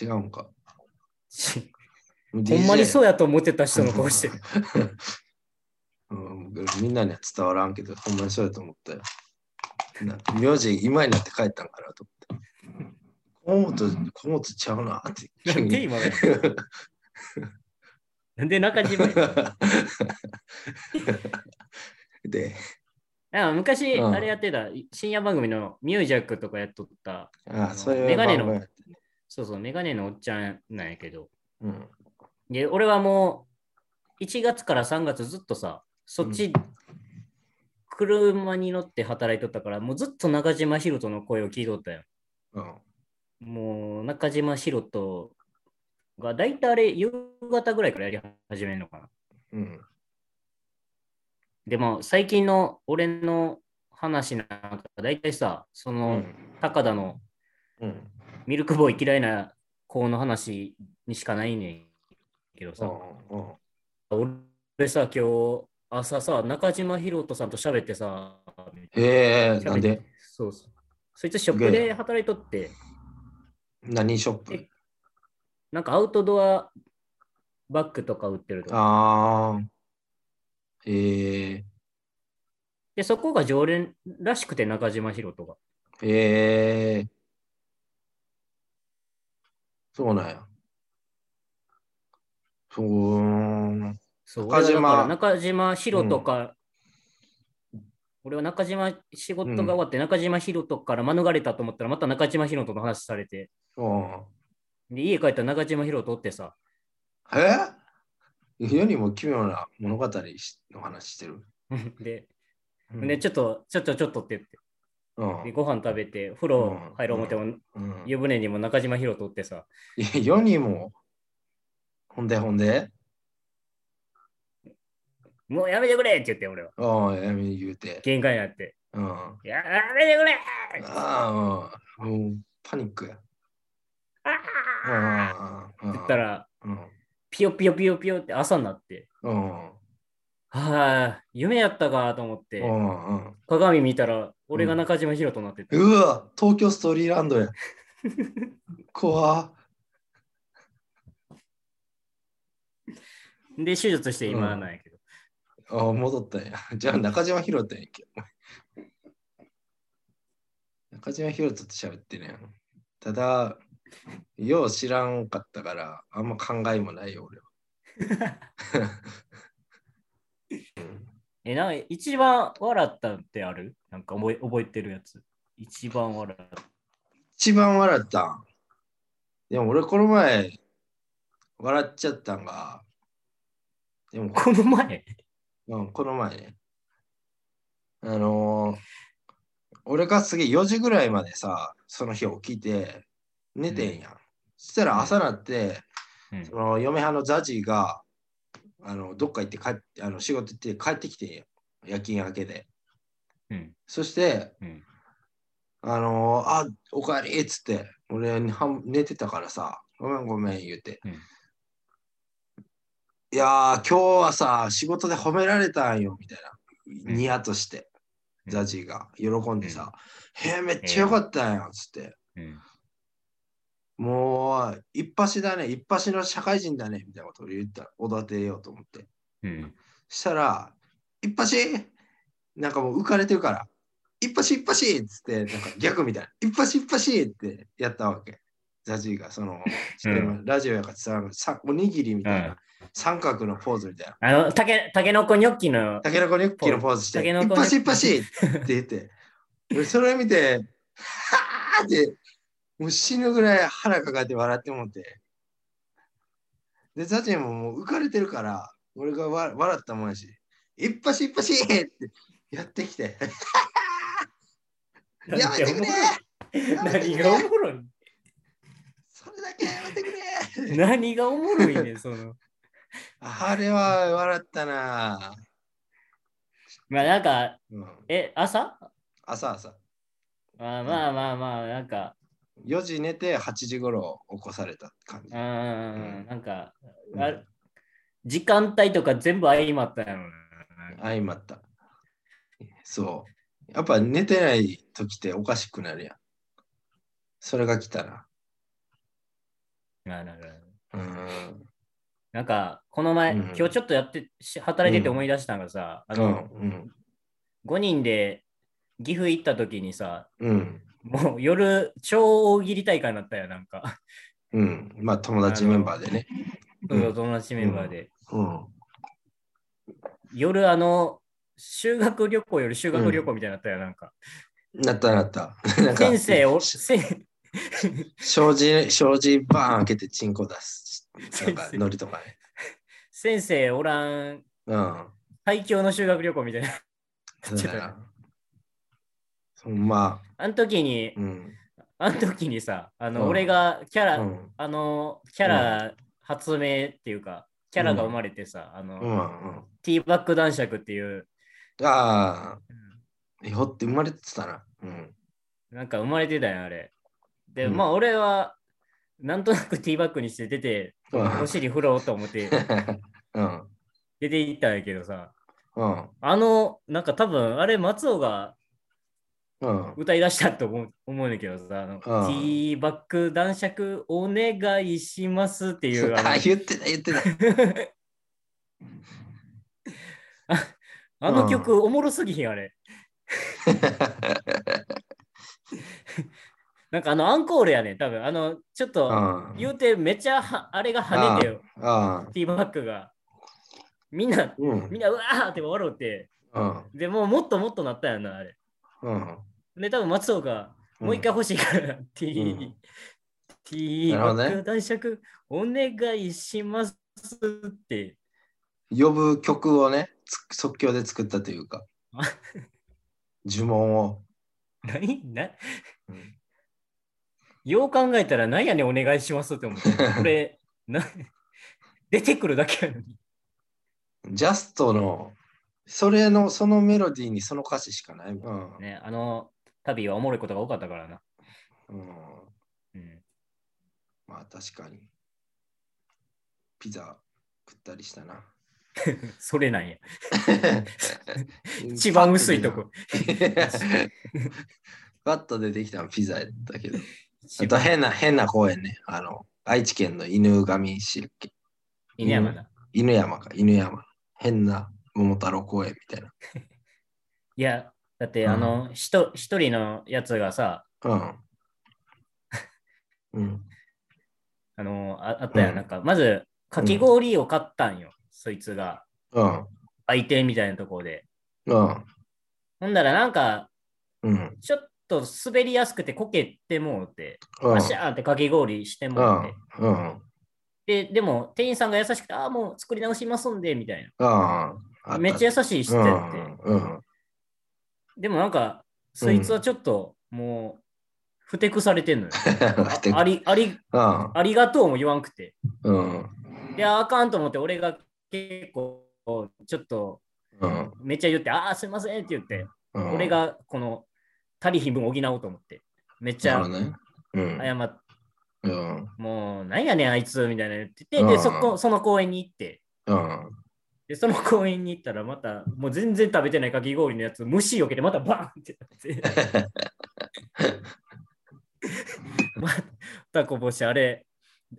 S1: 違うんか。
S2: し
S1: ほ
S2: ほんまにそう
S1: う
S2: やと思ってた人の顔してる。
S1: うん、みんなには伝わらんけど、ほんまにそうやと思ったよ。な名字、今になって帰ったんかなと思って。河本、河本ちゃうなって。
S2: なんで今のなんで中島や
S1: で、
S2: あ昔、
S1: うん
S2: あれやってた、深夜番組のミュージャックとかやっとった、
S1: あ
S2: の
S1: そういう
S2: メガネの
S1: 番組やってね
S2: そうそう、メガネのおっちゃんなんやけど、
S1: うん。
S2: で俺はもう、1月から3月ずっとさ、そっち、車に乗って働いとったから、もうずっと中島ひろとの声を聞いとったよ。
S1: うん。
S2: もう中島ひろとが大体あれ夕方ぐらいからやり始めるのかな。
S1: うん。
S2: でも最近の俺の話なんか大体さ、そうの
S1: ん。
S2: 高田の
S1: うん。
S2: ミルクボーイ嫌いな子の話にしかないねんけどさ、
S1: うん。
S2: 俺さ今日朝さ中島ひろとさんと喋ってさ、
S1: へえ、
S2: 喋
S1: なんで
S2: そうそう。そいつショップで働いとって、
S1: 何ショップ
S2: えなんかアウトドアバッグとか売ってるとか。
S1: ああ。へえ。
S2: で、そこが常連らしくて、中島ひろとが。
S1: へえ。そうなんや。そうーん。
S2: そう
S1: 中島
S2: 俺はだから中島ひろとか、俺は中島仕事が終わって、中島ひろとから免れたと思ったら、また中島ひろとの話されて、
S1: うん。
S2: で家帰ったら中島ひろとおってさ、
S1: え世にも奇妙な物語の話してる。
S2: で、
S1: うん
S2: でちょっと、ちょっと、ちょっとって言って、
S1: うん
S2: でご飯食べて、風呂入ろう思っても、
S1: うん
S2: 湯船にも中島ひろとおってさ、
S1: いや世にも。ほんでほんで。
S2: もうやめてくれって言って、俺は。
S1: うん、やめ言うて。
S2: 限界になって、
S1: うん。あ
S2: やめてくれ
S1: あ、うんもうパニックや。
S2: あー
S1: うん。
S2: って言ったら、
S1: うん。
S2: ピヨピヨピヨピヨって朝になって、
S1: うん。
S2: はい、夢やったかと思って、
S1: うんうん。
S2: 鏡見たら、俺が中島ひろとなってて、
S1: うわ、東京ストーリーランドや。怖っ
S2: で、手術して今なんやけど、
S1: あ戻ったんや。じゃあ中島ひろとやんけ。中島ひろとと喋ってね。ただ、よう知らんかったから、あんま考えもないよ、俺は。
S2: え、なんか一番笑ったってあるなんか覚え覚えてるやつ。一番笑った。
S1: 一番笑ったん。でも俺この前、笑っちゃったんが、でも
S2: この前、
S1: うん、この前ね。あのー俺がすげえ4時ぐらいまでさ、その日起きて、寝てんやん。そしたら朝なって、
S2: うん
S1: その嫁はんのザジが、あの、どっか行って帰って、あの、仕事行って帰ってきてんやん。夜勤明けで。
S2: うん
S1: そして、
S2: うん
S1: あのーあ、おかえりっつって、俺半、寝てたからさ、ごめんごめん言うて。
S2: うん
S1: いやー、今日はさ、仕事で褒められたんよ、みたいな。
S2: うん
S1: ニヤとして、
S2: うん
S1: ザジーが喜んでさ、へえ、めっちゃよかったんやん、つって。
S2: うん
S1: もう、一発だね、一発の社会人だね、みたいなことを言ったら、おだてようと思って。
S2: うん、
S1: したら、一発なんかもう浮かれてるから、一発一発っつって、なんか逆みたいな、一発一発ってやったわけ。ザジーが、その、ちょっと今ラジオやから伝わらんけどさおにぎりみたいな、
S2: うん
S1: 三角のポーズみたいな。
S2: あの、たけたけのこニョッキの、
S1: タケノコニョッキのポーズして、
S2: タケ
S1: 一
S2: ノコニョッキ
S1: 発一発って言って、俺それ見て、はぁーって、もう死ぬぐらい腹抱えて笑ってもって。で、ザチンももう浮かれてるから、俺がわ笑ったもんやし、一発一発ってやってきて、やめてくれやめて
S2: 何
S1: くれ
S2: がおもろい
S1: それだけやめてくれ
S2: 何がおもろいねんその。
S1: あれは笑ったなぁ、
S2: まあなんか、
S1: うん、
S2: え、朝
S1: 朝朝。
S2: あまあまあまあ、なんか、
S1: 4時寝て8時頃起こされた感じ
S2: う。ーん、なんか、
S1: うん
S2: あ時間帯とか全部相まったやろな。
S1: 相まった。そう。やっぱ寝てない時っておかしくなるやん。それが来たら。
S2: なるほど
S1: うん。
S2: なんか、この前、
S1: うん
S2: 今日ちょっとやって、し働いてて思い出したのがさ、あ
S1: う
S2: の、
S1: ん。
S2: 5人で岐阜行った時にさ、
S1: うん。
S2: もう夜、超大喜利大会になったよ、なんか。
S1: うん。まあ友達メンバーでね。 うん
S2: 友達メンバーで。
S1: うん。
S2: 夜、あの、修学旅行より修学旅行みたいになったよ、なんか。
S1: なったな った。なんか
S2: 先生を、
S1: し
S2: せ
S1: 障子、障子バーン開けてチンコ出す。なんか
S2: 先生
S1: ノリとかね。
S2: 先生おらん、
S1: うん。
S2: 最強の修学旅行みたいな。
S1: そうだな。ほんま。
S2: あの時に、
S1: うん。
S2: あの時にさ、あの、
S1: うん
S2: 俺がキャ
S1: う
S2: ラ、
S1: ん。
S2: あの、キャラ発明っていうか、キャラが生まれてさ、あの、
S1: うん。うん
S2: ティーバック男爵っていう、
S1: ああ。えほって生まれてたな。うん。
S2: なんか生まれてたやん、あれ。で、
S1: うん
S2: まあ俺は、なんとなくティーバックにして出て、
S1: うん
S2: お尻振ろうと思って
S1: うん。
S2: 出て行ったんやけどさ、
S1: うん。
S2: あの、なんか多分、あれ、松尾が
S1: うん。
S2: 歌い出したと思う思うんだけどさ、あのティーバック男爵お願いしますっていう、 あの
S1: あ言ってた言ってた。
S2: ああの曲おもろすぎひんあれ。なんかあのアンコールやねん多分あのちょっ
S1: う
S2: と
S1: ん。
S2: 言うてめっちゃはあれが跳ねてよ
S1: あ
S2: ティーバックが。みんな
S1: うん。
S2: みんなうわーって笑って
S1: うん。
S2: でもうもっともっとなったやんなあれ。
S1: うん。
S2: で多分松尾がもう一回欲しいから、ティ
S1: う
S2: ー
S1: ん
S2: ティー
S1: なる
S2: バ
S1: ほどね
S2: ック男爵お願いしますって。
S1: 呼ぶ曲をね、つ即興で作ったというか
S2: あ。
S1: 呪文を。
S2: 何な
S1: うん
S2: よう考えたら何やねんお願いしますって思って。これ、な出てくるだけやのに。
S1: ジャストの、それの、そのメロディーにその歌詞しかないもん。うん
S2: ね、あの旅はおもろいことが多かったからな。
S1: うん。
S2: うん、
S1: まあ確かに。ピザ食ったりしたな。
S2: それなんや。一番薄いとこ。。
S1: バッと出てきたのピザやったけど。
S2: 一
S1: あと
S2: 番
S1: 変な、変な公園ね。あの、愛知県の犬神市やっけ
S2: 犬山だ。
S1: 犬山か、犬山。変な桃太郎公園みたい
S2: いや、だって、
S1: うん
S2: あの、ひと一人のやつがさ、
S1: な。うん。うん。
S2: あの、ああったやん、
S1: うん
S2: なんか、まず、かき氷を買ったんよ、そいつが。
S1: うん。
S2: 売店みたいなところで。
S1: うん。
S2: ほんだら、なんか、
S1: うん。
S2: ちょっと滑りやすくてこけてもうて、
S1: うん。
S2: パシャーンってかき氷して
S1: う
S2: もうんて。。
S1: うん。
S2: で、でも、店員さんが優しくて、ああ、もう作り直しますんで、みたい
S1: うん。
S2: な。めっちゃ優しい人やって。
S1: うん。
S2: でもなんか、そいつはちょっと、もう、ふてくされて んのよ。あり、あり、
S1: うん。
S2: ありがとうも言わんくて。
S1: うん。
S2: で、ああかんと思って、俺が結構、ちょっと、
S1: うん。
S2: めっちゃ言って、ああ、すいませんって言って、
S1: うん。
S2: 俺が、この、足りひん分補おうと思って。めっち
S1: なる
S2: ゃ
S1: ほどね。うん。
S2: 謝って、
S1: うん。
S2: もう、なんやねん、あいつ、みたいな言ってて、
S1: う
S2: で、
S1: ん
S2: そこ、その公園に行って、
S1: うん。
S2: で、その公園に行ったら、また、もう全然食べてないかき氷のやつ、虫よけて、またバーンってなって、 またこぼして、あれ、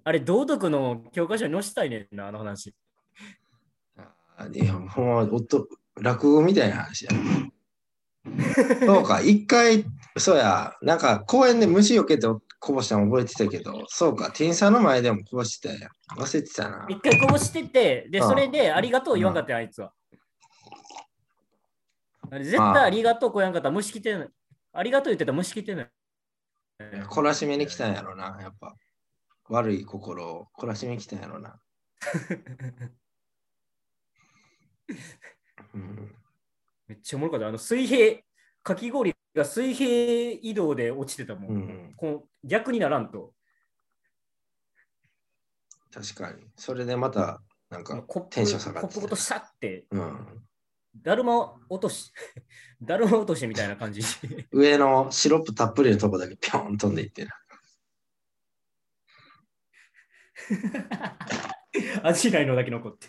S2: あれ、道徳の教科書に載せたいねんな、あの話。
S1: いや、もう、おっと、落語みたいな話や。そうか、一回、そうや、なんか公園で虫よけてこぼしたの覚えてたけど、そうか、店員さんの前でもこぼしてたやん。忘れてたな。
S2: 一回こぼしてて、で、
S1: うん
S2: それでありがとう言わんかったよ、あいつは。あれ絶対ありがとうこやんかったら虫来てない。ありがとう言ってたら虫来てない。
S1: いや懲らしめに来たんやろな、やっぱ。悪い心を懲らしめに来たんやろな。うん、
S2: めっちゃおもろかった。あの水平、かき氷が水平移動で落ちてたもん。
S1: うん
S2: この逆にならんと、
S1: 確かに。それでまた、なん
S2: この
S1: か
S2: コップ
S1: テンション下が
S2: コ
S1: っ
S2: ッ
S1: て
S2: プ
S1: た
S2: ごとシャって、
S1: うん、
S2: だるま落とし、 だるま落としみたいな感じ。
S1: 上のシロップたっぷりのとこだけピョン飛んでいってな。
S2: 味ないのだけ残って。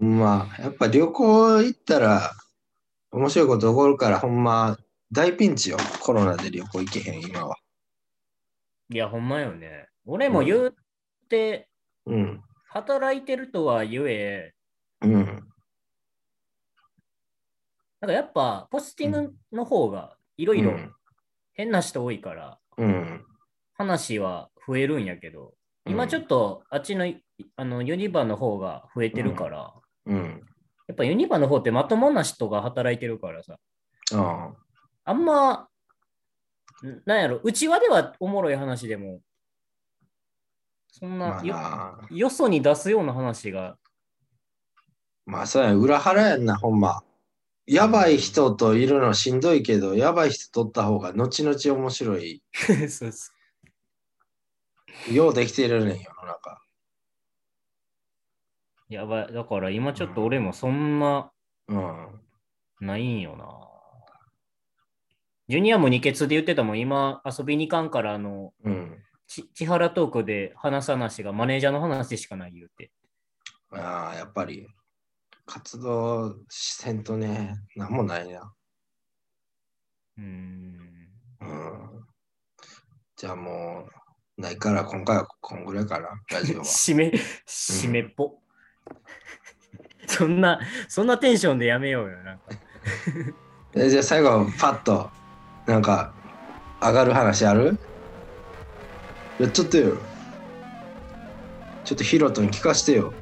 S1: ほんまあ、やっぱ旅行行ったら、面白いこと起こるから、ほんま、大ピンチよ。コロナで旅行行けへん、今は。
S2: いや、ほんまよね。俺も言うて、
S1: うん。
S2: 働いてるとは言え、
S1: うん。
S2: なんかやっぱポスティングの方がいろいろ
S1: うん
S2: 変な人多いから、
S1: うん。
S2: 話は増えるんやけど、今ちょっとあっちのいあのユニバの方が増えてるから、
S1: うん。
S2: やっぱユニバの方ってまともな人が働いてるからさ、
S1: ああ。
S2: あんま、んなんやろ、うちわではおもろい話でも、そん
S1: ま
S2: な
S1: あ
S2: よ,、
S1: な。
S2: よそに出すような話が、
S1: まあ、そうや、裏腹やんな、ほんま。やばい人といるのしんどいけど、やばい人とった方が後々面白い。
S2: そうそ
S1: ようできてるねん、世の中。
S2: うやばい、だから今ちょっと俺もそんな
S1: うん。
S2: ないんよな。ジュニアも二欠で言ってたもん、今遊びに行かんから、あの、
S1: うん。
S2: ち千原トークで話さなしがマネージャーの話しかない言うて。
S1: ああ、やっぱり、活動してんとね、なんもないな。
S2: うーん。
S1: うんじゃあもう、ないから、今回はこんぐらいかな、ラジオ は。
S2: 締め、締めっぽ。そんな、そんなテンションでやめようよ。なんか
S1: えじゃあ最後、パッと、なんか、上がる話あるやっちゃってよ。ちょっとヒロトに聞かせてよ。